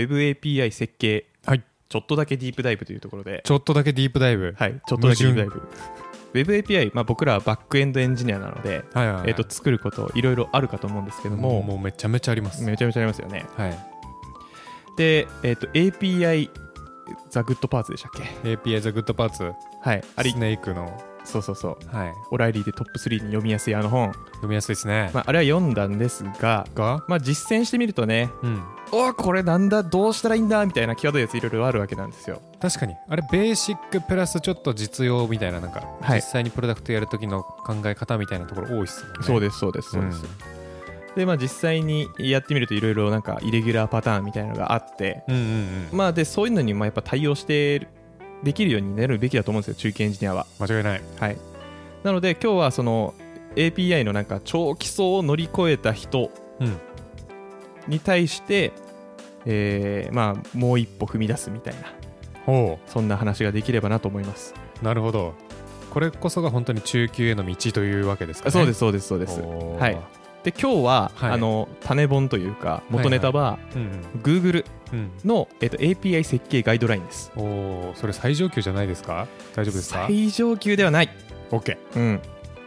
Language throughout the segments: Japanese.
WebAPI 設計、はいちょっとだけディープダイブというところで、ちょっとだけディープダイブ。はい、ちょっとだけディープダイブ。WebAPI、まあ、僕らはバックエンドエンジニアなので、はいはいはいえー、と作ることいろいろあるかと思うんですけどもうも、もうめちゃめちゃあります。めちゃめちゃありますよね。はい。で、えー、と API、ザ・グッドパーツでしたっけ API The Good Parts、はい、ありス、ネークの、そうそうそう、はい、オライリーでトップ3に読みやすいあの本、読みやすいですね。まあ、あれは読んだんですが、が、まあ、実践してみるとね、うん。おーこれなんだ、どうしたらいいんだみたいな際どいやついろいろあるわけなんですよ。確かに、あれ、ベーシックプラスちょっと実用みたいな、なんか、はい実際にプロダクトやるときの考え方みたいなところ多いっすもんね。そうでです、そうです、そうです。で、まあ、実際にやってみると、いろいろなんか、イレギュラーパターンみたいなのがあって、うんうんうん。まあ、で、そういうのに、まあ、やっぱ対応してる、できるようになるべきだと思うんですよ、中堅エンジニアは。間違いない。はい。なので、今日は、その、API のなんか、超基礎を乗り越えた人うん。に対して、えーまあ、もう一歩踏み出すみたいな、ほそんな話ができればなと思います。う。なるほど。これこそが本当に中級への道というわけですあかね。そうです、そうです、そうです。おーはいで、今日は、はいあの、種本というか、元ネタは、うん、 Google うん、の、えっと、API 設計ガイドラインです。うん。おーそれ最上級じゃないですか大丈夫ですか最上級ではない。 ?OK。うん。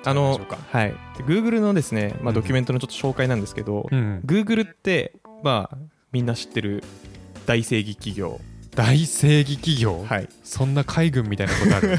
あそうのでしょうか、はい。で Google のですね、まうあ、んドキュメントのちょっと紹介なんですけど、うんうん。 Google って、まあ、みんな知ってる大正義企業。大正義企業、はい。そんな海軍みたいな ことある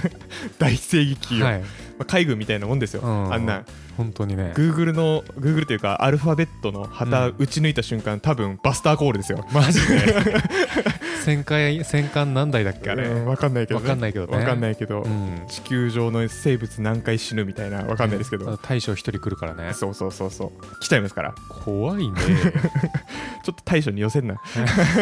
大正義企業。はいまあ、海軍みたいなもんですよ。うんあんなん。本当にね Google の、Google というか、アルファベットの旗うん打ち抜いた瞬間、多分バスターコールですよ。マジで 戦艦戦艦何台だっけあれ、うんわかんないけど、わかんないけどねわかんないけど、うん地球上の生物何回死ぬみたいな、わかんないですけど。あ大将一人来るからねそうそうそうそう。来ちゃいますから。怖いねちょっと大将に寄せん な。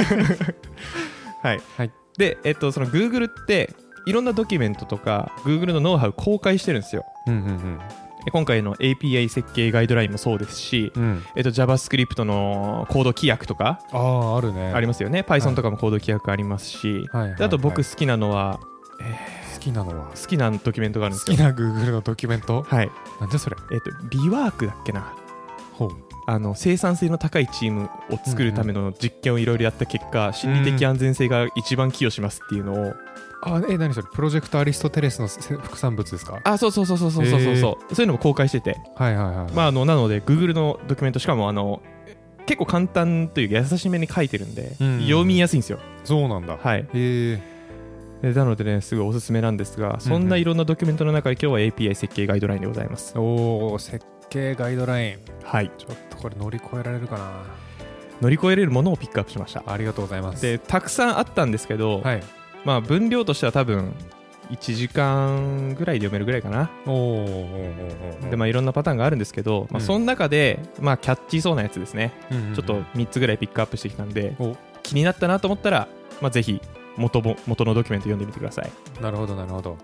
はい、はいで、えっと、その Google っていろんなドキュメントとか Google のノウハウ公開してるんですよ。 うんうんえ今回の API 設計ガイドラインもそうですし、うんうんえっと、JavaScript のコード規約とかあああるねありますよね、Python とかもコード規約ありますし、はいはいはいであと僕好きなのは、好きなのは好きなドキュメントがあるんです好よき。な Google のドキュメントはいなんでそれえっと、リワークだっけなほうあの生産性の高いチームを作るための実験をいろいろやった結果、心理的安全性が一番寄与しますっていうのをあえ何それプロジェクトアリストテレスのせ副産物ですかあそうそうそうそうそうそうそうそういうのも公開してて、はいはいはいまあ、あのなので Google のドキュメントしかもあの結構簡単というか優しめに書いてるんで、うん読みやすいんですよそうなんだはいへえでなのでねすごいおすすめなんですがそんないろんなドキュメントの中で今日は API 設計ガイドラインでございます、おお設計ガイドラインはいちょっとこれ乗り越えられるかな乗り越えれるものをピックアップしましたありがとうございますでたくさんあったんですけど、はいまあ分量としては多分1時間ぐらいで読めるぐらいかな、おーおーおーおーでまあいろんなパターンがあるんですけど、まあ、うんその中で、まあキャッチーそうなやつですねうんうんうんちょっと3つぐらいピックアップしてきたんで、お気になったなと思ったら、まあ、ぜひ元も元のドキュメント読んでみてください。なるほどなるほど、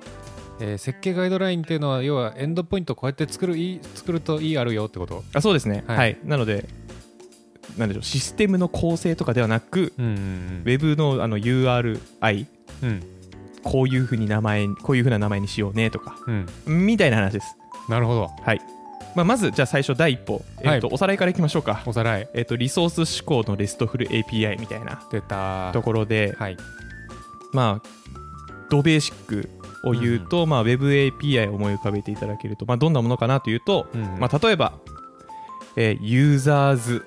えー設計ガイドラインっていうのは要はエンドポイントこうやって作るいい作るといいあるよってことあそうですね、ははいいなのでなんでしょうシステムの構成とかではなくうんうウェブのあの URI んうんこういうふうに名前こういうふうな名前にしようねとかうんみたいな話です。なるほどはいまあ、まずじゃあ最初第一歩、えっとはおさらいからいきましょうか、おさらいえっとリソース思考のレストフル API みたいな出たところで、はいまあ、ドベーシックを言うと、まあ、WebAPI を思い浮かべていただけると、まあ、どんなものかなというと、うんうんまあ、例えば、えーユーザーズ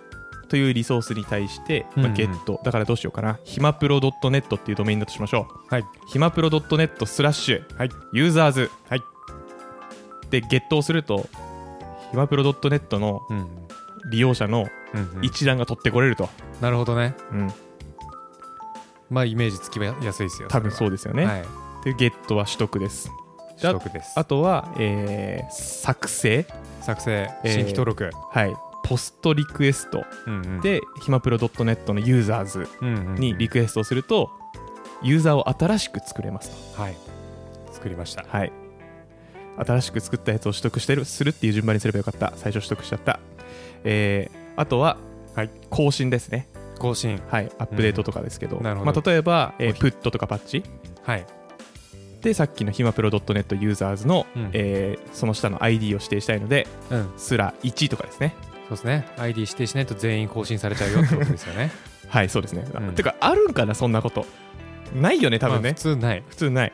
というリソースに対して、まあ、うんうんゲット、だからどうしようかな、ひまプロ .net っていうドメインだとしましょう。はいひまプロ .net スラッシュ、はいユーザーズ、はいで、ゲットをすると、ひまプロ .net のうん利用者のうんうん一覧が取ってこれると。なるほどねうん、まあイメージつきやすいですよ多分そうですよね。はいで、ゲットは取得です。で取得ですあとは、えー作成、作成えー新規登録はい、ポストリクエストうんうんで、ひまプロ .net のユーザーズうんうんうんにリクエストをすると、ユーザーを新しく作れますと。はい作りましたはい。新しく作ったやつを取得してる、するっていう順番にすればよかった。最初取得しちゃった。えーあとは、はい更新ですね。更新はい。アップデートとかですけど。うんなるほどまあ、例えば、えおー、ひプットとかパッチ。はいで、さっきのひまプロ .net ユーザーズの、うんえーその下の ID を指定したいので、うんスラ1とかですね。そうですね ID 指定しないと全員更新されちゃうよってことですよ ねはいそうですね、あうんてかあるんかなそんなことないよね多分まあね普、通ない普通ない、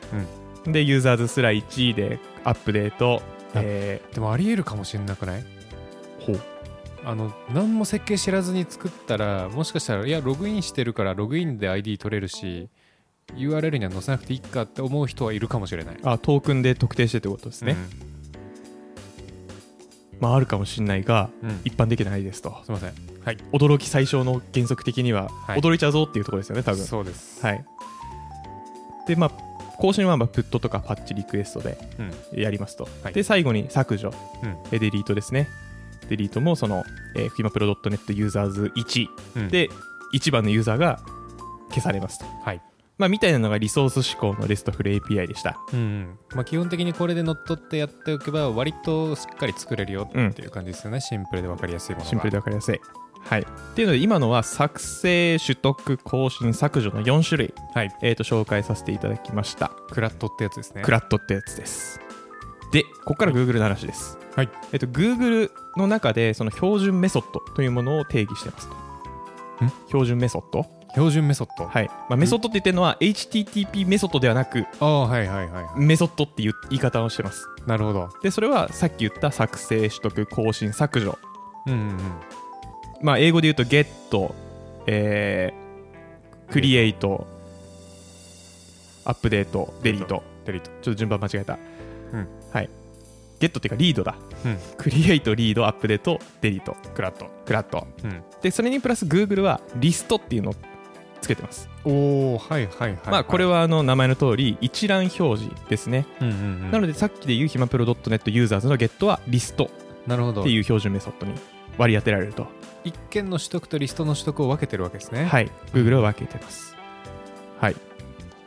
でユーザーズすら1位でアップデートあえでもありえるかもしれなくないーほうあの何も設計知らずに作ったらもしかしたらいやログインしてるからログインで ID 取れるし URL には載せなくていいかって思う人はいるかもしれないであトークンで特定してってことですね、、まああるかもしれないがうんうんす一般的でないですといませんはい驚き最小の原則的には、い驚いちゃうぞっていうところですよね多分そうですはいでまあ更新はまあプットとかパッチリクエストでうんやりますと、はいで最後に削除、うんえデリートですねデリートもその、えー、フィマプロ .net ユーザーズ1うんで1番のユーザーが消されますと、はいまあ、みたいなのがリソース思考のレストフル API でしたうんうんまあ、基本的にこれで乗っ取ってやっておけば割としっかり作れるよっていう感じですよね、シンプルで分かりやすいものがシンプルで分かりやすいはいっていうので今のは作成取得更新削除の4種類、はいえー、と紹介させていただきましたクラットってやつですねクラットってやつです。で、ここから Google の話です。はい。えっと、Google の中で、その標準メソッドというものを定義してますと。標準メソッド標準メソッド、はい。まあ、メソッドって言ってるのは、HTTP メソッドではなく、ああはいはいはいはメソッドっていう言い方をしてます。いなるほどで、それはさっき言った作成、取得、更新、削除。うんうんうんまあ、英語で言うと、get、えー、create、アップデート、デリート。デリートちょっと順番間違えた。うんはい。ゲットっていうかリードだ。うんクリエイト、リード、アップデート、デリート、クラット、クラット。うんで、それにプラス Google はリストっていうのをつけてます。おおはいはいはい、はい、まあ、これはあの名前の通り一覧表示ですね。うんうんうん、なので、さっきで言うひまプロ .net ユーザーズのゲットはリストなるほどっていう標準メソッドに割り当てられると。一件の取得とリストの取得を分けてるわけですねはい。Google は分けてます。はい。っ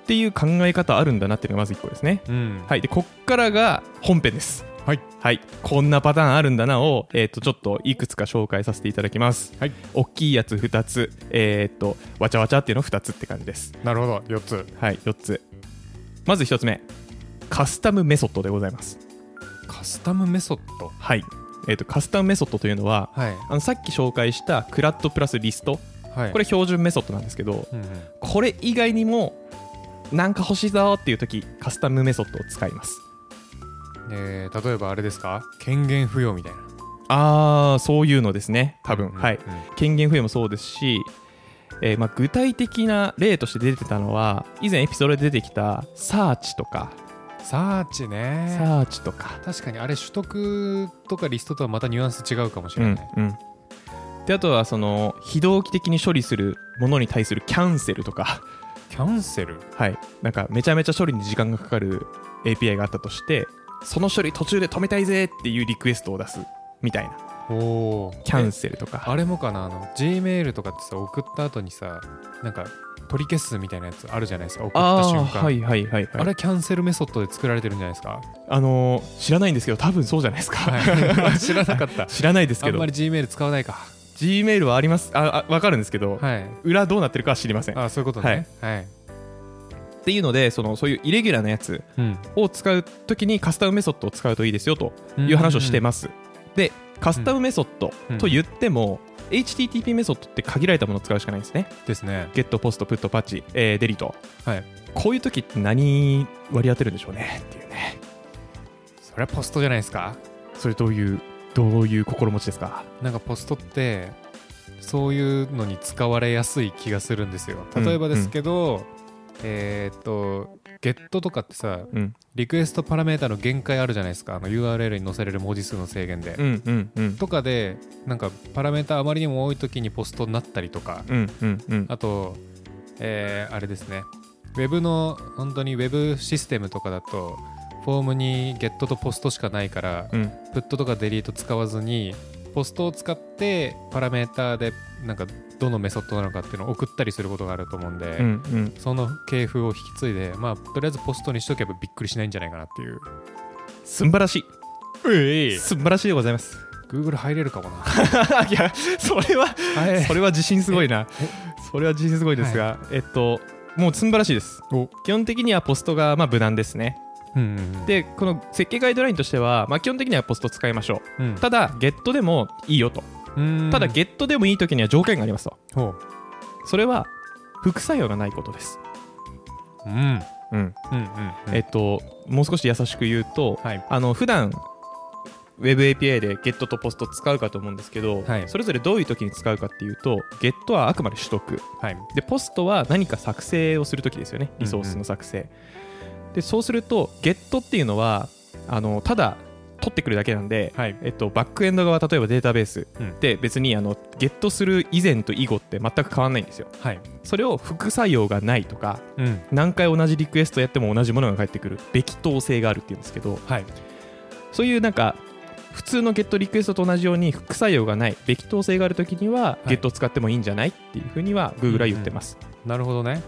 ていう考え方あるんだなっていうのがまず1個ですね。うんはい、でこっからが本編です。はい、こんなパターンあるんだなを、えー、とちょっといくつか紹介させていただきます。はい、大きいやつ2つ、えっとわちゃわちゃっていうの2つって感じです。なるほど4つはい、4つ。まず1つ目、カスタムメソッドでございます。カスタムメソッドはい、えー、とカスタムメソッドというのははいあのさっき紹介したクラッドプラスリストはいこれ標準メソッドなんですけどうんうんこれ以外にもなんか欲しいぞーっていう時カスタムメソッドを使いますえー例えばあれですか権限付与みたいなあーそういうのですね多分、うんはい権限付与もそうですし、えーまあ、具体的な例として出てたのは以前エピソードで出てきたサーチとか、サーチねサーチとか、確かにあれ取得とかリストとはまたニュアンス違うかもしうれんない、うん、であとはその非同期的に処理するものに対するキャンセルとか、 キャンセルはい、なんかめちゃめちゃ処理に時間がかかる API があったとしてその処理途中で止めたいぜっていうリクエストを出すみたいなおおキャンセルとかあれもかなあの Gmail とかってさ送った後にさなんか取り消すみたいなやつあるじゃないですか送った瞬あー間、はいはいはい、はい、あれキャンセルメソッドで作られてるんじゃないです か、あのー知らないんですけど多分そうじゃないですか、はい、知らなかった知らないですあけんどまり Gmail 使わないか G メールはありますああ分かるんですけど、はい裏どうなってるかは知りませんっあそういうことねはい、ていうのでそのそういうイレギュラーなやつを使う時にカスタムメソッドを使うといいですよとうんいう話をしてす、ます、でカスタムメソッドと言っても、HTTP メソッドって限られたものを使うしかないんですねですね Get、Post、Put、Patch、えー、Delete はいこういう時って何割り当てるんでしょうねっていうねそれはポストじゃないですかそれどういうどういう心持ちですかなんかポストってそういうのに使われやすい気がするんですようん例えばですけど、えーっとゲットとかってさうんリクエストパラメータの限界あるじゃないですかあの URL に載せれる文字数の制限で、うんうんうんとかでなんかパラメータあまりにも多い時にポストになったりとかうんうんうんあと、えーあれですね、ウェブの、本当にウェブシステムとかだと、フォームにゲットとポストしかないから、うんプットとかデリート使わずに、ポストを使ってパラメーターで、なんかどのメソッドなのかっていうのを送ったりすることがあると思うんで、うんうんその系譜を引き継いで、まあ、とりあえずポストにしとけばびっくりしないんじゃないかなっていう。すんばらしいえ素晴らしいでございます。 Google 入れるかも な。いや、それは、それは自信すごいな。それは自信すごいですが、えっと、もう素晴らしいです。基本的にはポストがまあ無難ですね。うんうんうん、で、この設計ガイドラインとしては、まあ、基本的にはポスト使いましょうんう。ただ、ゲットでもいいよと。ただゲットでもいい時には条件がありますとほそれは副作用がないことです、ううんうんうんうんうんえっともう少し優しく言うと、はいあの普段 Web API で GET と POST 使うかと思うんですけど、はいそれぞれどういう時に使うかっていうと GET はあくまで取得はいで POST は何か作成をする時ですよねリソースの作成、でそうすると GET っていうのはあのただ取ってくるだけなんで、はいえっと、バックエンド側例えばデータベースうんで別にあのゲットする以前と以後って全く変わんないんですよはいそれを副作用がないとかうん何回同じリクエストやっても同じものが返ってくるべき等性があるっていうんですけどはいそういうなんか普通のゲットリクエストと同じように副作用がないべき等性があるときにははいゲットを使ってもいいんじゃないっていうふうには Google は言ってます、なるほどね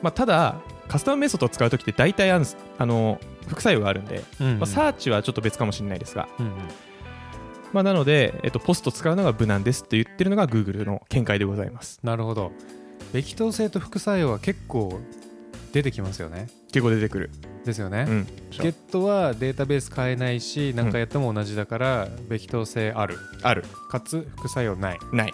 まあ、ただカスタムメソッドを使うときって大体あるんですあの副作用があるんで、うんまあ、サーチはちょっと別かもしれないですが、うんうんまあ、なので、えっと、ポスト使うのが無難ですって言ってるのが Google の見解でございますなるほど液糖性と副作用は結構出てきますよね結構出てくる、ですよね、うん、ゲットはデータベース変えないし何回やっても同じだから、べき当性あるあるかつ副作用ないない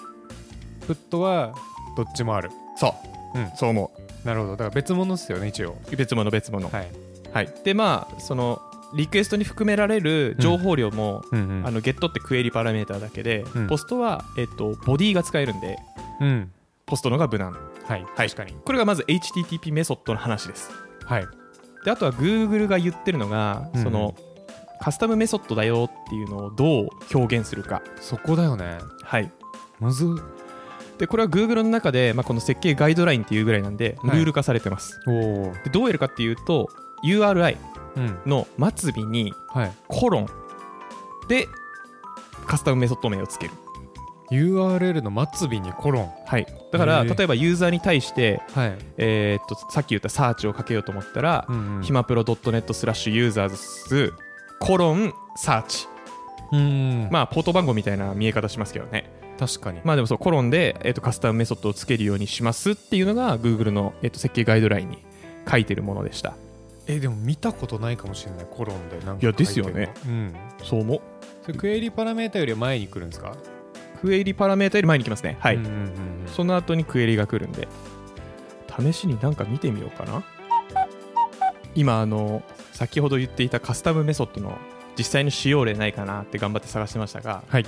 フットはどっちもあるそう、うんそう思なるほどだから別物ですよね一応う別物別物はい、はい、でまあそのリクエストに含められる情報量も、うんうあんのゲットってクエリパラメーターだけで、うんポストは、えっと、ボディが使えるんでうん、ポストのが無難はい、はい確かにこれがまず HTTP メソッドの話ですはいであとは Google が言ってるのが、うんうんそのカスタムメソッドだよっていうのをどう表現するかそこだよねはいむずでこれは Google の中で、まあ、この設計ガイドラインっていうぐらいなんでルはいール化されてます、おおでどうやるかっていうと URI うんの末尾にはいコロンでカスタムメソッド名をつける URL の末尾にコロンはい、だからへー例えばユーザーに対して、はい、えーっとさっき言ったサーチをかけようと思ったら、うんうん、ひまプロ .net スラッシュユーザーズコロンサーチ、うんままあ、ポート番号みたいな見え方しますけどね、確かに、まあ、でもそうコロンで、えーっとカスタムメソッドをつけるようにしますっていうのが Google の、えーっと設計ガイドラインに書いてるものでしたえでも見たことないかもしれないコロンでなんかいやですよね書いてるのうんそう思うそれクエリパラメータよりは前に来るんですかクエリパラメータより前に来ますねはい、うんうんうんうんその後にクエリが来るんで試しになんか見てみようかな今あの先ほど言っていたカスタムメソッドの実際の使用例ないかなって頑張って探してましたが、はい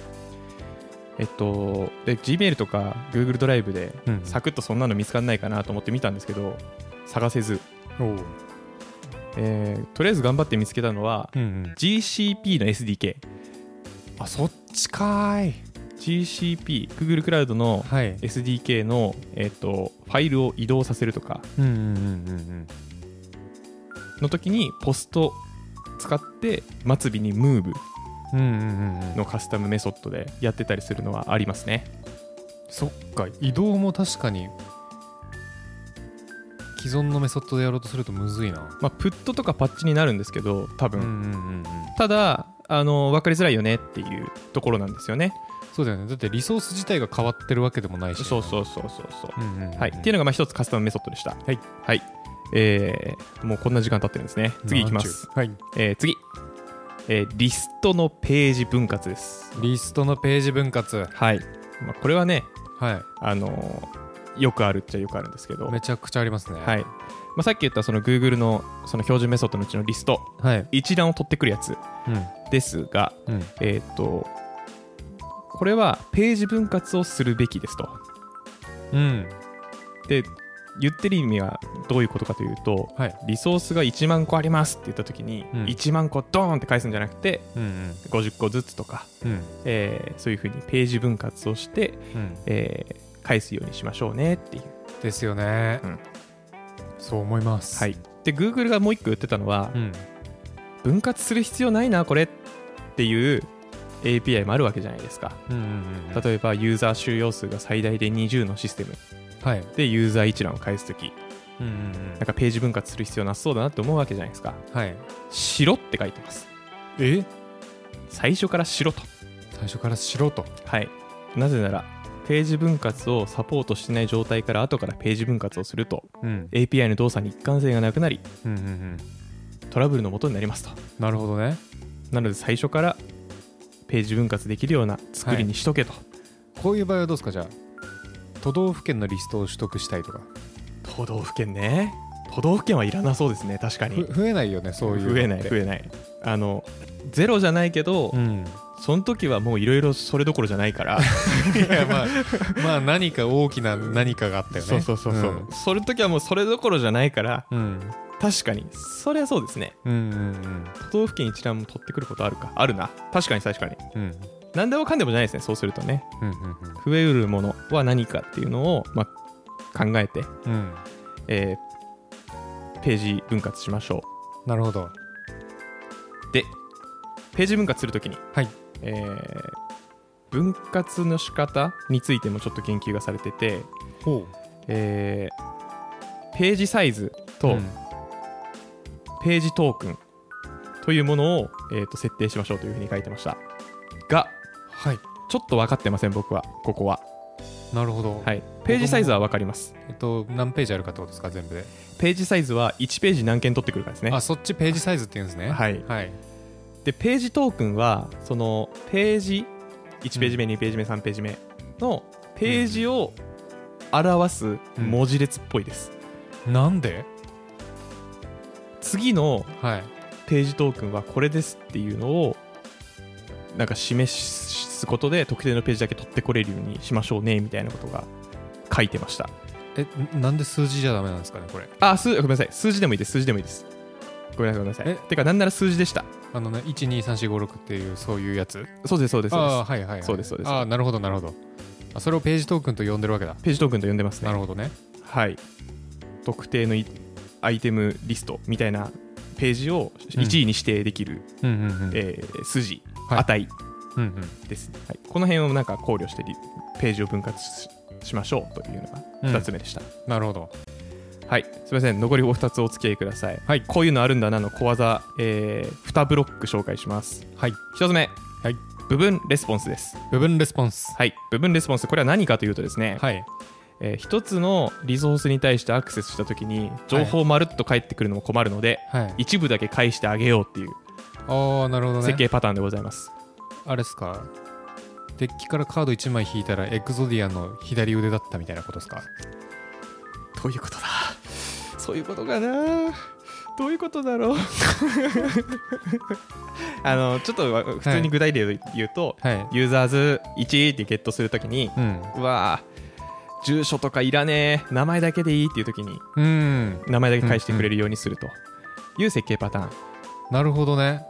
えっとで Gmail とか Google ドライブでうんサクッとそんなの見つかんないかなと思って見たんですけど探せず、おうえーとりあえず頑張って見つけたのはうんうん GCP の SDK あそっちかーい GCP Google クラウドのはい SDK の、えっとファイルを移動させるとかうんうんうんうんの時にポスト使って末尾にムーブうんうんうんうんのカスタムメソッドでやってたりするのはありますねそっか移動も確かに既存のメソッドでやろうとするとむずいなまあプットとかパッチになるんですけど多う分、んうんうんうんただあの分かりづらいよねっていうところなんですよねそうだよねだってリソース自体が変わってるわけでもないしそうそうそうそうそううんうんうんうんはい、っていうのがまあ一つカスタムメソッドでしたはい、はいえー、もうこんな時間経ってるんですね次いきます、はいえー、次、えーリストのページ分割ですリストのページ分割はい、まあ、これはねはあのーよくあるっちゃよくあるんですけどいめちゃくちゃありますねはいまあ、さっき言ったその Google のその標準メソッドのうちのリストはい一覧を取ってくるやつですが、うんうんえーっとこれはページ分割をするべきですとうんで言ってる意味はどういうことかというとはいリソースが1万個ありますって言った時に、うん1万個ドーンって返すんじゃなくてうんうん50個ずつとか、うんえーそういうふうにページ分割をして、うんえー返すようにしましょうねっていうですよねうんそう思いますはいで Google がもう一個言ってたのは、うん分割する必要ないなこれっていう API もあるわけじゃないですかうんうんうん例えばユーザー収容数が最大で20のシステムはいでユーザー一覧を返すときうんうんうんなんかページ分割する必要なさそうだなって思うわけじゃないですかはい白って書いてますえ最初から白と最初からしろとはいなぜならページ分割をサポートしてない状態から後からページ分割をするとうん API の動作に一貫性がなくなりうんうんうんトラブルの元になりますとなるほどねなので最初からページ分割できるような作りにしとけと、こういう場合はどうですかじゃあ都道府県のリストを取得したいとか都道府県ね都道府県はいらなそうですね確かふに増えないよね そういうのって増えない増えないあのゼロじゃないけど、うん、その時はもういろいろそれどころじゃない から、いやまあまあ何か大きな何かがあったよねそうそうそうそう、その時はもうそれどころじゃないからうん、うん確かにそりゃそうですねうんうん都道府県一覧も取ってくることあるかあるな確かに確かにうんうん何でもかんでもじゃないですねそうするとねうん増えうるものは何かっていうのを、まあ、考えて、うんうんえーページ分割しましょなるほどうでページ分割するときに、はいえー分割の仕方についてもちょっと研究がされてて、ほえーページサイズうと、ページトークンというものを、えーと設定しましょうというふうに書いてましたがはいちょっと分かってません僕はここは、なるほど、はい、ページサイズは分かりますえっと何ページあるかってことですか全部で、ページサイズは1ページ何件取ってくるかですねあそっちページサイズって言うんですねはいはいでページトークンはそのページ1ページ目2ページ目3ページ目のページを表す文字列っぽいです、なんで次のはいページトークンはこれですっていうのをなんか示すことで特定のページだけ取ってこれるようにしましょうねみたいなことが書いてましたえんなんで数字じゃダメなんですかねこれあすごめんなさい数字でもいいです数字でもいいですごめんなさいごめんなさいえてかなんなら数字でしたあのね123456っていうそういうやつそうですそうですそうああーですはいはい、はい、そうですそうですああなるほどなるほどあそれをページトークンと呼んでるわけだページトークンと呼んでますねなるほどねはい、特定のいアイテムリストみたいなページをう1ん位に指定できる、うんうんうんえー数字、はい値うんうんです、はい、この辺をなんか考慮してリページを分割ししましょうというのがうん2つ目でした、なるほどはいすいません残りお2つお付き合いください、はいこういうのあるんだなの小技、え2ブロック紹介しますはい1つ目、はい部分レスポンスです、部分レスポンスはい、部分レスポンスこれは何かというとですね、はいえー一つのリソースに対してアクセスしたときに情報まるっと返ってくるのも困るので、はい一部だけ返してあげようっていうああなるほどね設計パターンでございます、あれですかデッキからカード1枚引いたらエクゾディアの左腕だったみたいなことですかどういうことだそういうことかなどういうことだろう あのちょっとわ普通に具体例を言うと、はいユーザーズ1ってゲットするときに、うんうわー住所とかいらねえ名前だけでいいっていうときにうん名前だけ返してくれるようにするという設計パターン、なるほどね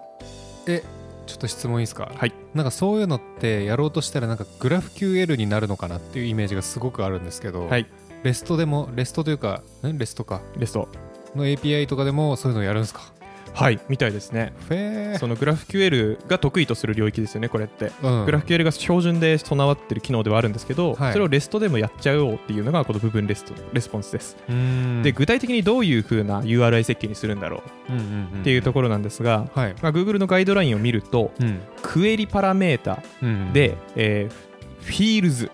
えちょっと質問いいですかはいなんかそういうのってやろうとしたらなんかグラフ QL になるのかなっていうイメージがすごくあるんですけど、はいレストでもレストというかんレストかレストの API とかでもそういうのやるんですかはいみたいですねフェーそのグラフ QL が得意とする領域ですよね、これって。うんグラフ QL が標準で備わってる機能ではあるんですけど、はいそれを REST でもやっちゃおうっていうのがこの部分レストレスポンスです。うんで、具体的にどういう風な URI 設計にするんだろうんうんんうっていうところなんですが、はいまあ、Google のガイドラインを見ると、うんクエリパラメータうんで、えーフィールズ、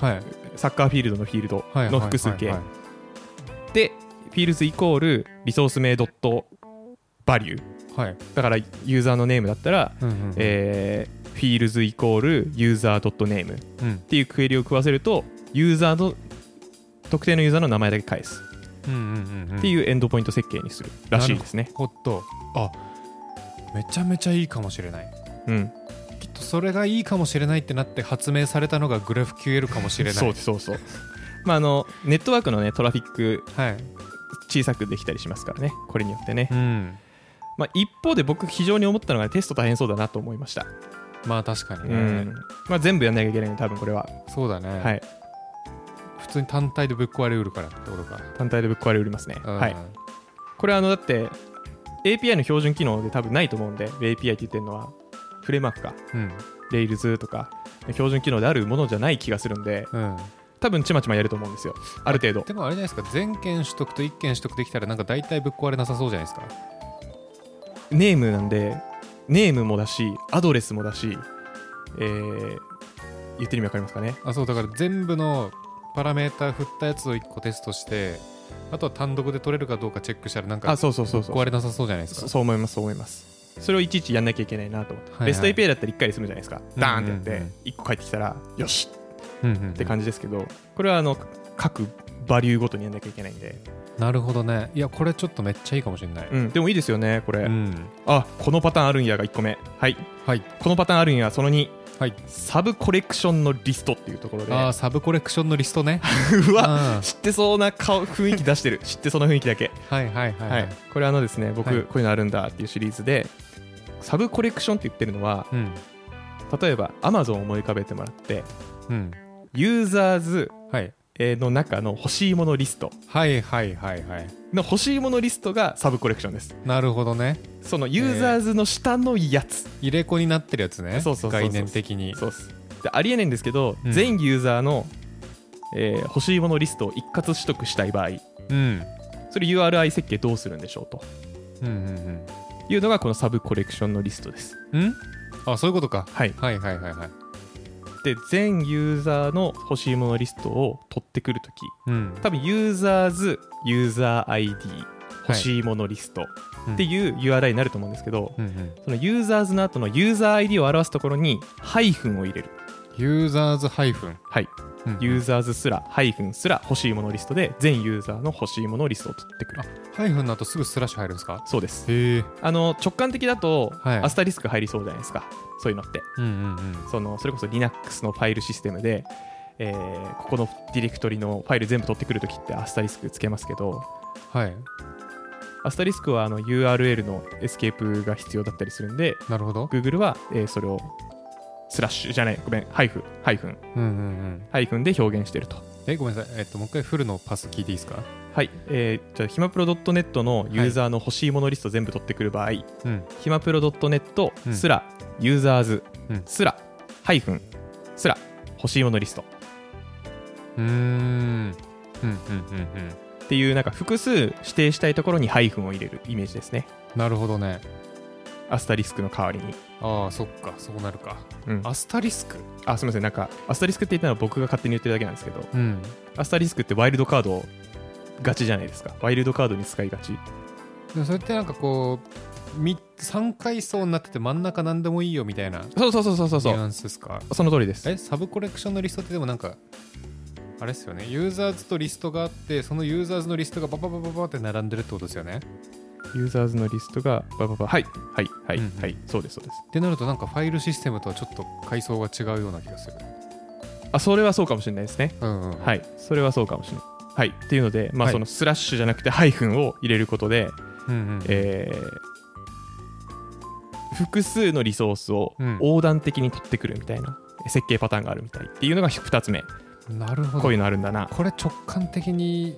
はいサッカーフィールドのフィールドはいの複数形はいで、フィールズイコールリソース名ドットバリュー。はいはいだから、ユーザーのネームだったら、うんうんえーフィールズイコールユーザー .name っうんていうクエリを食わせるとユーザーの特定のユーザーの名前だけ返すうんうんうんうんっていうエンドポイント設計にするらしいですね、ほっとあめちゃめちゃいいかもしれないうん、きっとそれがいいかもしれないってなって発明されたのがグラフ QL かもしれないそうですそうそうまああのネットワークのねトラフィックはい小さくできたりしますからねこれによってね、うんまあ、一方で僕非常に思ったのがテスト大変そうだなと思いました、まあ確かうにね、んまあ、全部やんなきゃいけないね多分これは、そうだね、はい、普通に単体でぶっ壊れうるからってことか、単体でぶっ壊れ売りますね、うんはい、これあのだって API の標準機能で多分ないと思うんで API って言ってるのはフレームワークかうんレイルズとか標準機能であるものじゃない気がするんでうん、多分ちまちまやると思うんですよある程度でもあれじゃないですか全件取得と1件取得できたらなんか大体ぶっ壊れなさそうじゃないですかネームなんでネームもだしアドレスもだし、えー言ってる意味わかりますかねあそうだから全部のパラメータ振ったやつを1個テストしてあとは単独で取れるかどうかチェックしたらなんかあそうそうそうそう壊れなさそうじゃないですそかそう思いますそう思いますそれをいちいちやんなきゃいけないなと思って、はいはいベスト API だったら1回で済むじゃないですかダーンってやって、うんうんうん1個返ってきたらよしうんうん、って感じですけどこれはあの各バリューごとにやんなきゃいけないんで、なるほどねいやこれちょっとめっちゃいいかもしれない、うん、でもいいですよねこれ、うんあこのパターンあるんやが1個目はいはいこのパターンあるんやその2はいサブコレクションのリストっていうところであーサブコレクションのリストね うわあー知ってそうな顔雰囲気出して る知ってそうな雰囲気だけ、はいはいはいはい、これあのですね僕、はいこういうのあるんだっていうシリーズでサブコレクションって言ってるのはうん例えば Amazon を思い浮かべてもらってうんユーザーズはいえーの中の欲しいものリストはいはいはいはいの欲しいものリストがサブコレクションですなるほどねそのユーザーズの下のやつ、入れ子になってるやつねそうそうそうそう概念的にそうっすでありえないんですけど、うん全ユーザーの、えー欲しいものリストを一括取得したい場合うんそれ URI 設計どうするんでしょうとうんうんいうのがこのサブコレクションのリストですうんんあそういうことかはいはいはいはいはいで全ユーザーの欲しいものリストを取ってくるときうん多分ユーザーズユーザー ID 欲しいものリストっていう URI になると思うんですけど、うんうんそのユーザーズの後のユーザー ID を表すところにハイフンを入れるユーザーズハイフンはいうんユーザーズすらハイフンすら欲しいものリストで全ユーザーの欲しいものリストを取ってくるあハイフンの後すぐスラッシュ入るんですかそうですへえあの直感的だとはいアスタリスク入りそうじゃないですか、そういうのってうんうんうんそのそれこそ Linux のファイルシステムで、えーここのディレクトリのファイル全部取ってくるときってアスタリスクつけますけどはいアスタリスクはあの URL のエスケープが必要だったりするんでなるほど Google は、えーそれをスラッシュじゃないごめんハイフンハイフンうんうんうんハイフンで表現してるとえごめんなさいえっともう一回フルのパス聞いていいですかはい、えーじゃあひまプロ .net のユーザーの欲しいものリスト全部取ってくる場合、うんひまプロ .net すら、ユーザーズうんすら、ハイフンすら欲しいものリストうーんうんうんうんうんっていうなんか複数指定したいところにハイフンを入れるイメージですねなるほどねアスタリスクの代わりに、ああそっかそうなるかうんあアスタリスクすみませんなんかアスタリスクって言ったのは僕が勝手に言ってるだけなんですけどうんアスタリスクってワイルドカードガチじゃないですかワイルドカードに使いがちでもそれってなんかこう3階層になってて真ん中何でもいいよみたいなニそうそうそうそうそうそュアうンスですかその通りですえサブコレクションのリストってでもなんかあれですよねユーザーズとリストがあってそのユーザーズのリストがババババババって並んでるってことですよねユーザーズのリストがバババはいはいはい、うんうんはいそうですそうですってなるとなんかファイルシステムとはちょっと階層が違うような気がするあそれはそうかもしれないですねうんうんはいそれはそうかもしれないはいっていうのでまあはいそのスラッシュじゃなくてハイフンを入れることで、うんうんえー複数のリソースをうん横断的に取ってくるみたいな設計パターンがあるみたいっていうのが2つ目なるほこうどいうのあるんだな、これ直感的に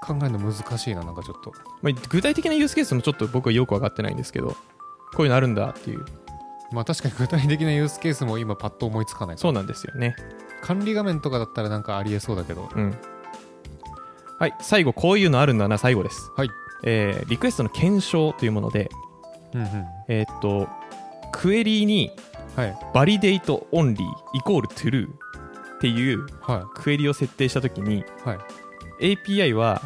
考えるの難しいななんかちょっとまあ、具体的なユースケースもちょっと僕はよく分かってないんですけどこういうのあるんだっていうまあ確かに具体的なユースケースも今パッと思いつかないそうなんですよね管理画面とかだったらなんかありえそうだけどうんはい最後こういうのあるんだな最後ですはいえーリクエストの検証というものでうんうんえーっとクエリにはいバリデートオンリーイコールトゥルーっていうはクエリを設定したときにいはい API は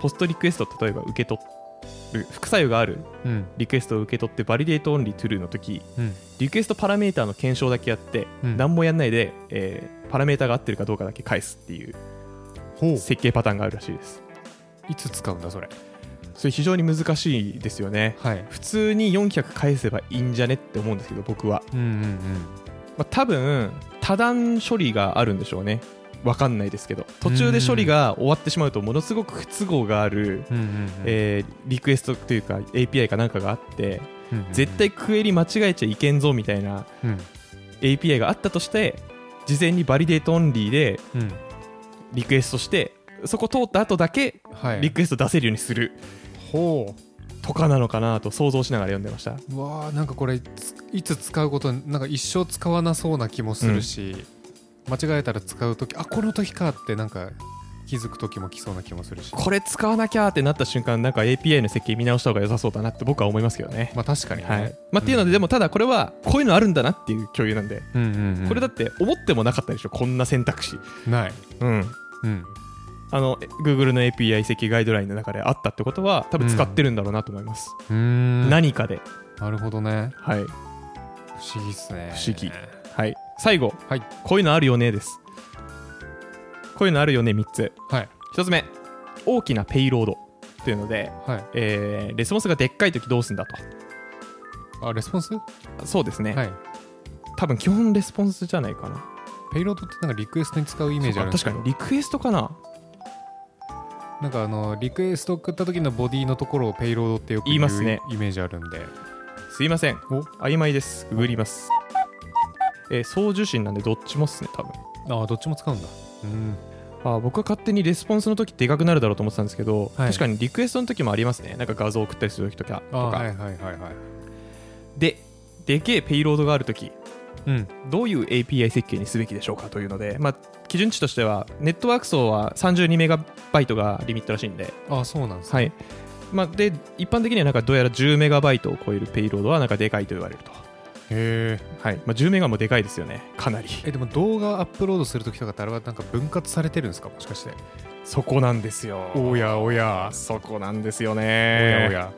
ポストリクエストを例えば受け取る副作用があるうんリクエストを受け取ってバリデートオンリートゥルーの時うんリクエストパラメーターの検証だけやって、うん何もやんないで、えーパラメーターが合ってるかどうかだけ返すっていうほう設計パターンがあるらしいですいつ使うんだそれそれ非常に難しいですよねはい普通に400返せばいいんじゃねって思うんですけど僕は、うんうんうんまあ、多分多段処理があるんでしょうねわかんないですけど途中で処理が終わってしまうとものすごく不都合があるうんうんうんえーリクエストというか API かなんかがあってうんうん絶対クエリ間違えちゃいけんぞみたいなうん API があったとして事前にバリデートオンリーでうんリクエストしてそこ通った後だけはいリクエスト出せるようにするほとかなのかなと想像しながら読んでましたううわーなんかこれついつ使うことなんか一生使わなそうな気もするし間違えたら使う時あこの時かってなんか気づく時も来そうな気もするしこれ使わなきゃーってなった瞬間なんか API の設計見直した方が良さそうだなって僕は思いますけどねまあ確かにねはいまあ、っていうのででもただこれはこういうのあるんだなっていう共有なんでうんうんうんこれだって思ってもなかったでしょこんな選択肢ないうんうんあの Google の API 設計ガイドラインの中であったってことは多分使ってるんだろうなと思います、うーんな何かでるほどねはい不思議っすね不思議はい最後、はいこういうのあるよねですこういうのあるよね3つはい1つ目大きなペイロードというので、はいえーレスポンスがでっかい時どうすんだあレスポンスはとそうですね、い多分基本レスポンスじゃないかなペイロードってなんかリクエストに使うイイメージあるんです確けかどにリクエストかななんかあのリクエスト送った時のボディのところをペイロードってよく言いますねイメージあるんですいませんお曖昧ですググります、えー送受信なんでどっちもっすね多分ああどっちも使うんだうんあー僕は勝手にレスポンスの時でかくなるだろうと思ってたんですけど、はい確かにリクエストの時もありますねなんか画像送ったりする時とかとあか、ーはいはいはいはいででけえペイロードがある時うんどういう API 設計にすべきでしょうかというので、まあ、基準値としてはネットワーク層は32メガバイトがリミットらしいんで,、ああそうなんですはいまあ、で一般的にはなんかどうやら10メガバイトを超えるペイロードはなんかでかいと言われると、へえはいまあ、10メガもでかいですよねかなりえでも動画アップロードする時とかってあれはなんか分割されてるんですかもしかしてそこなんですよおやおやそこなんですよおやねおや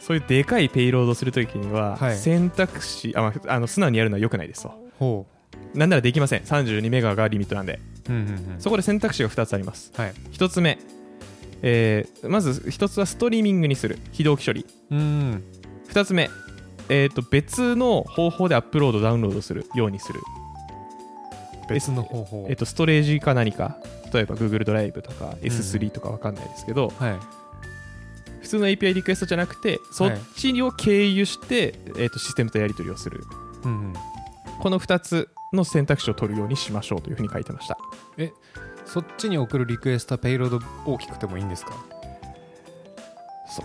そういうでかいペイロードするときには、はい選択肢あ、まあ、あの素直にやるのは良くないですとほなんならできません32メガがリミットなんでううんうんうんそこで選択肢が2つありますはい1つ目、えーまず1つはストリーミングにする非同期処理うん2つ目、えー、と別の方法でアップロードダウンロードするようにする、別の方法えー、とストレージか何か例えば Google ドライブとか S3 とかわかんないですけど、はい普通の API リクエストじゃなくてそっちを経由して、えー、とシステムとやり取りをするうんうんこの2つの選択肢を取るようにしましょうというふうに書いてましたそっちに送るリクエストはペイロード大きくてもいいんですか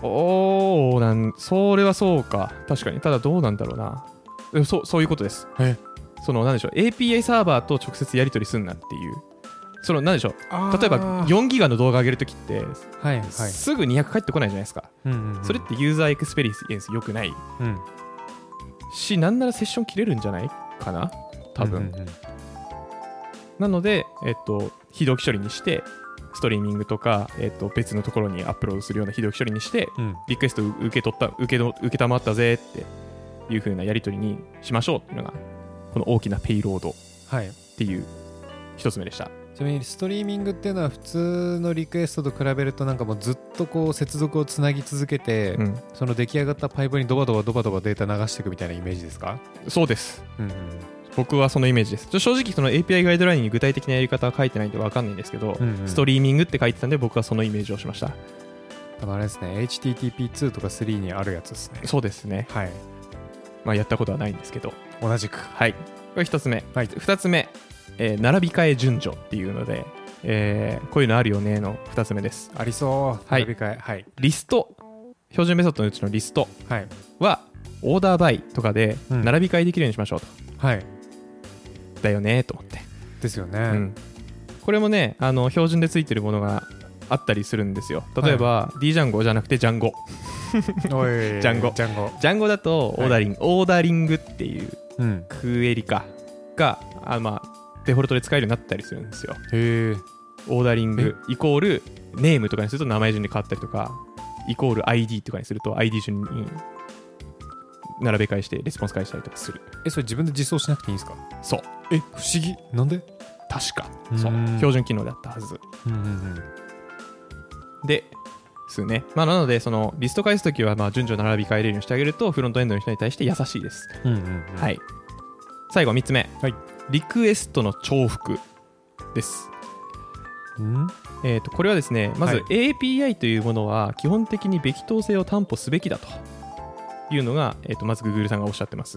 そうなんそれはそうか確かにただどうなんだろうなでもそうそういうことですえそのなんでしょう API サーバーと直接やり取りすんなっていうそのなんでしょう例えば4ギガの動画上げるときってはいはいすぐ200返ってこないじゃないですか、うんうんそれってユーザーエクスペリエンス良くないうんしなんならセッション切れるんじゃないかな多分、うんうんうんなので、えっと、非同期処理にしてストリーミングとか、えっと、別のところにアップロードするような非同期処理にしてうんリクエスト受け取った受けの受けたまったぜっていう風なやり取りにしましょうっていうのがこの大きなペイロードっはいていう一つ目でしたちなみにストリーミングっていうのは普通のリクエストと比べるとなんかもうずっとこう接続をつなぎ続けて、うんその出来上がったパイプにドバドバドバドバデータ流していくみたいなイメージですかそうですうん僕はそのイメージですちょ正直その API ガイドラインに具体的なやり方は書いてないんで分かんないんですけど、うんうんストリーミングって書いてたんで僕はそのイメージをしました多分あれですね HTTP2 とか3にあるやつですねそうですねはいまあやったことはないんですけど同じくはいこれ一つ目はい2つ目、えー並び替え順序っていうので、えーこういうのあるよねの2つ目ですありそうはい並び替えはいリスト標準メソッドのうちのリストはいはオーダーバイとかでうん並び替えできるようにしましょうと、はいだよねと思って、ですよね、うんこれもねあの標準でついてるものがあったりするんですよ例えば、D ジャンゴじゃなくてジャンゴおいジャンゴ ジャンゴジャンゴだとオーダリング、オーダリングっていううんクエリかがあまあデフォルトで使えるようになったりするんですよへえオーダリングイコールネームとかにすると名前順に変わったりとかイコール ID とかにすると ID 順に並べ替えしてレスポンス返したりとかするえそれ自分で実装しなくていいんですかそうえ不思議なんで確かそううん標準機能だったはずうんうんうんですね、まあ、なのでそのリスト返すときはまあ順序並び替えれるようにしてあげるとフロントエンドの人に対して優しいです、うんうんうんはい最後3つ目、はいリクエストの重複です、うんえー、とこれはですねまずは API というものは基本的にべき当性を担保すべきだというのが、えー、とまず Google さんがおっしゃってます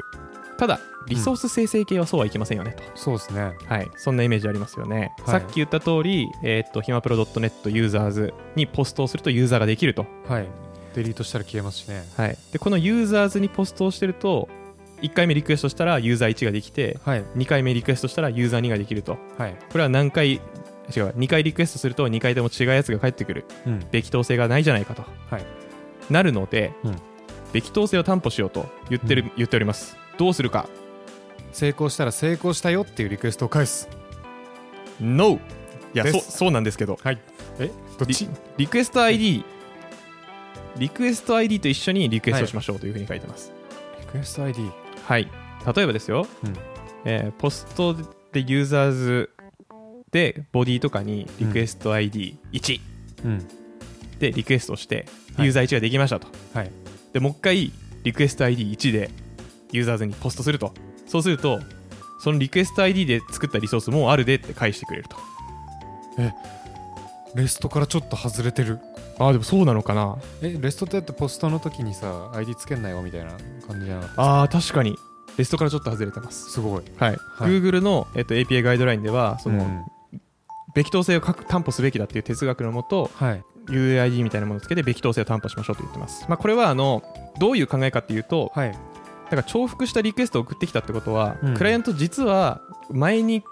ただリソース生成系はそうはいきませんよねと、そうですねはい、そんなイメージありますよね、はいさっき言った通り、えっとひまプロ .net ユーザーズにポストをするとユーザーができると、はいデリートしたら消えますしねはい、でこのユーザーズにポストをしてると1回目リクエストしたらユーザー1ができてはい2回目リクエストしたらユーザー2ができるとはいこれは何回違う2回リクエストすると2回でも違うやつが返ってくるうんべき当性がないじゃないかとはいなるので、うんべき当性を担保しようと言ってる、う言っておりますどうするか成功したら成功したよっていうリクエストを返す NO いやでそすそうなんですけどはいえどっリちリクエスト ID リクエスト ID と一緒にリクエストしましょうというふうに書いてますクエスト ID はい、例えばですよ、うんえーポストでユーザーズでボディとかにリクエスト ID1 うんでリクエストしてはいユーザー1ができましたと、はいでもう一回リクエスト ID1 でユーザーズにポストするとそうするとそのリクエスト ID で作ったリソースもうあるでって返してくれるとレストからちょっと外れてるああでもそうなのかなえレストってだってポストの時にさ ID つけんなよみたいな感じじゃなかったあー確かにレストからちょっと外れてますすごいはい、い Google の、えっと、API ガイドラインではその、うんべき当性を確担保すべきだっていう哲学のもとはい UID みたいなものをつけてべき当性を担保しましょうと言ってます、まあ、これはあのどういう考えかっていうとはいだから重複したリクエストを送ってきたってことは、うんクライアント実は前に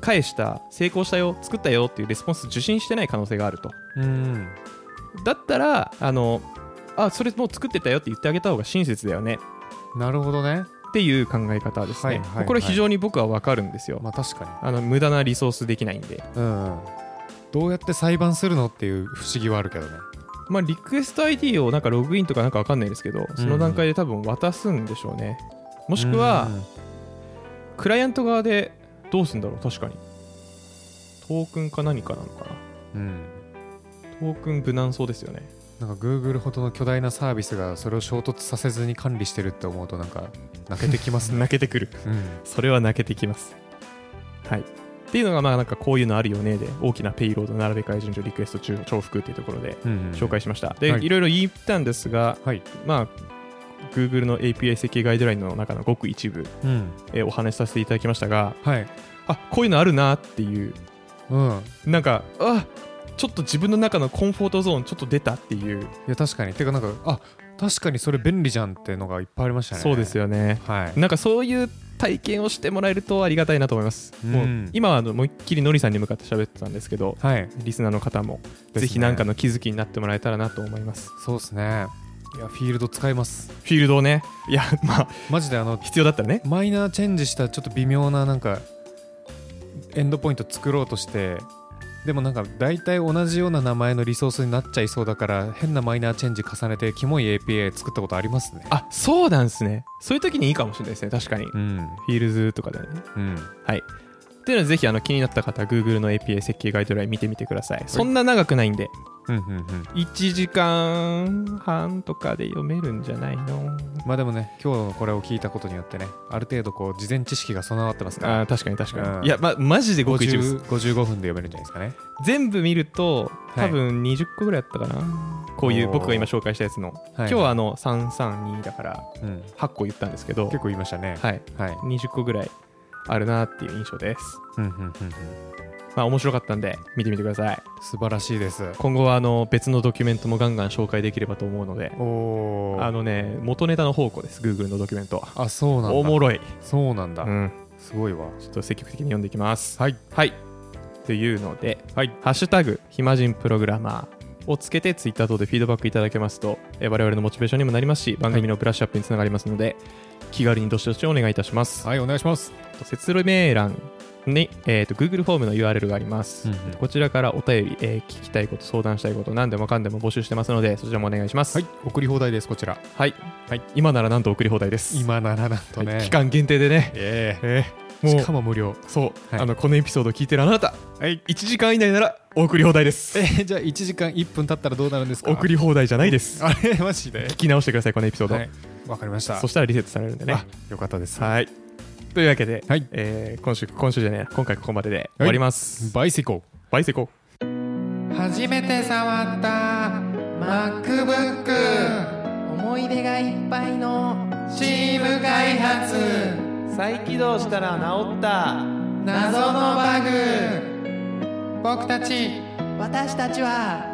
返した成功したよ作ったよっていうレスポンス受信してない可能性があるとうんだったらあのあそれもう作ってたよって言ってあげた方が親切だよねなるほどねっていう考え方ですね、はいはいはいこれ非常に僕は分かるんですよ、まあ確かあの無駄なリソースできないんでにうんどうやって裁判するのっていう不思議はあるけどねまあ、リクエスト ID をなんかログインとかなんかわかんないですけど、その段階で多分渡すんでしょうね。ももしくは、クライアント側でどうするんだろう、確かに。トークンか何かなのかな。うんトークン無難そうですよね。なんか Google ほどの巨大なサービスがそれを衝突させずに管理してるって思うとなんか泣けてき ますね、泣けてくる。うん、それは泣けてきます。はい。っていうのが、まあなんかこういうのあるよねで、大きなペイロード並べ替え順序リクエスト中重複っていうところでうんうん紹介しました。で、はいいろいろ言ったんですが、はい、まあ、Google の API 設計ガイドラインの中のごく一部、うん、えーお話しさせていただきましたが、はいあこういうのあるなっていううんなんかあちょっと自分の中のコンフォートゾーンちょっと出たっていう、いや確かにてかなんかあ確かにそれ便利じゃんってのがいっぱいありましたねそうですよねはいなんかそういう体験をしてもらえるとありがたいなと思います、うんもう今はあの思いっきりのりさんに向かって喋ってたんですけどはいリスナーの方もねぜひ何かの気づきになってもらえたらなと思いますそうですねいやフィールド使いますフィールドをねいや まあマジであの必要だったらねマイナーチェンジしたちょっと微妙ななんかエンドポイント作ろうとしてでもなんか大体同じような名前のリソースになっちゃいそうだから変なマイナーチェンジ重ねてキモい API 作ったことありますねあそうなんですねそういう時にいいかもしれないですね確かに、フうんィールズとかでねうんはい。っていうので、ぜひあの気になった方、Google の API 設計ガイドライン見てみてください。そんな長くないんで、うんうんうん1時間半とかで読めるんじゃないのまあでもね今日のこれを聞いたことによってねある程度こう事前知識が備わってますからあー確かに確かに。うんいや、ま、マジでごく一部です50 55分で読めるんじゃないですかね全部見ると、い多分20個ぐらいあったかな。こういう僕が今紹介したやつの。今今日はあの332だからうん、 8個言ったんですけど、結構言いましたね。はい。はい。 20個ぐらいあるなっていう印象です。うんうんうんうんまあ面白かったんで、見てみてください。素晴らしいです。今後はあの別のドキュメントもガンガン紹介できればと思うので、おお。あのね、元ネタの宝庫です、Google のドキュメント。あ、そうなんだ。おもろい、そうなんだ、うん。すごいわ。ちょっと積極的に読んでいきます。はい。はい。というので、ハッシュタグ、暇人プログラマーをつけて、ツイッター等でフィードバックいただけますと、えー我々のモチベーションにもなりますし、番組のブラッシュアップにつながりますので、気軽にどしどしお願いいたします。はい、お願いします。と説明欄に、えー、と Google フォームの URL があります。うんうんこちらからお便り、えー聞きたいこと、相談したいこと、何でもかんでも募集してますので、そちらもお願いします。はい、送り放題です、こちら。はい。はい、今ならなんと送り放題です。今ならなんとね。はい期間限定でね、えええーもしかうも無料。そう、はいあのこのエピソードを聞いてるあなた、1時間以内ならお送り放題です、えじゃあ1時間1分経ったらどうなるんですか送り放題じゃないですあれ、マジで。聞き直してくださいこのエピソード、はい。わかりました。そしたらリセットされるんでねあ、よかったです。はいというわけで、はいえー今週今週じゃねえや今回ここまでで終わります、バイセコ。バイセコ初めて触った MacBook 思い出がいっぱいのチーム開発再起動したら治った謎のバグ僕たち私たちは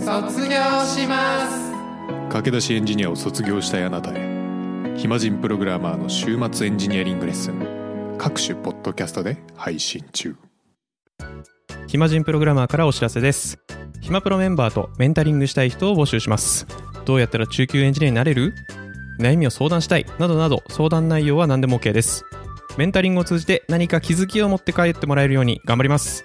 卒業します駆け出しエンジニアを卒業したいあなたへ暇人プログラマーの週末エンジニアリングレッスン各種ポッドキャストで配信中暇人プログラマーからお知らせです暇プロメンバーとメンタリングしたい人を募集しますどうやったら中級エンジニアになれる悩みを相談したいなどなど相談内容は何でも OK ですメンタリングを通じて何か気づきを持って帰ってもらえるように頑張ります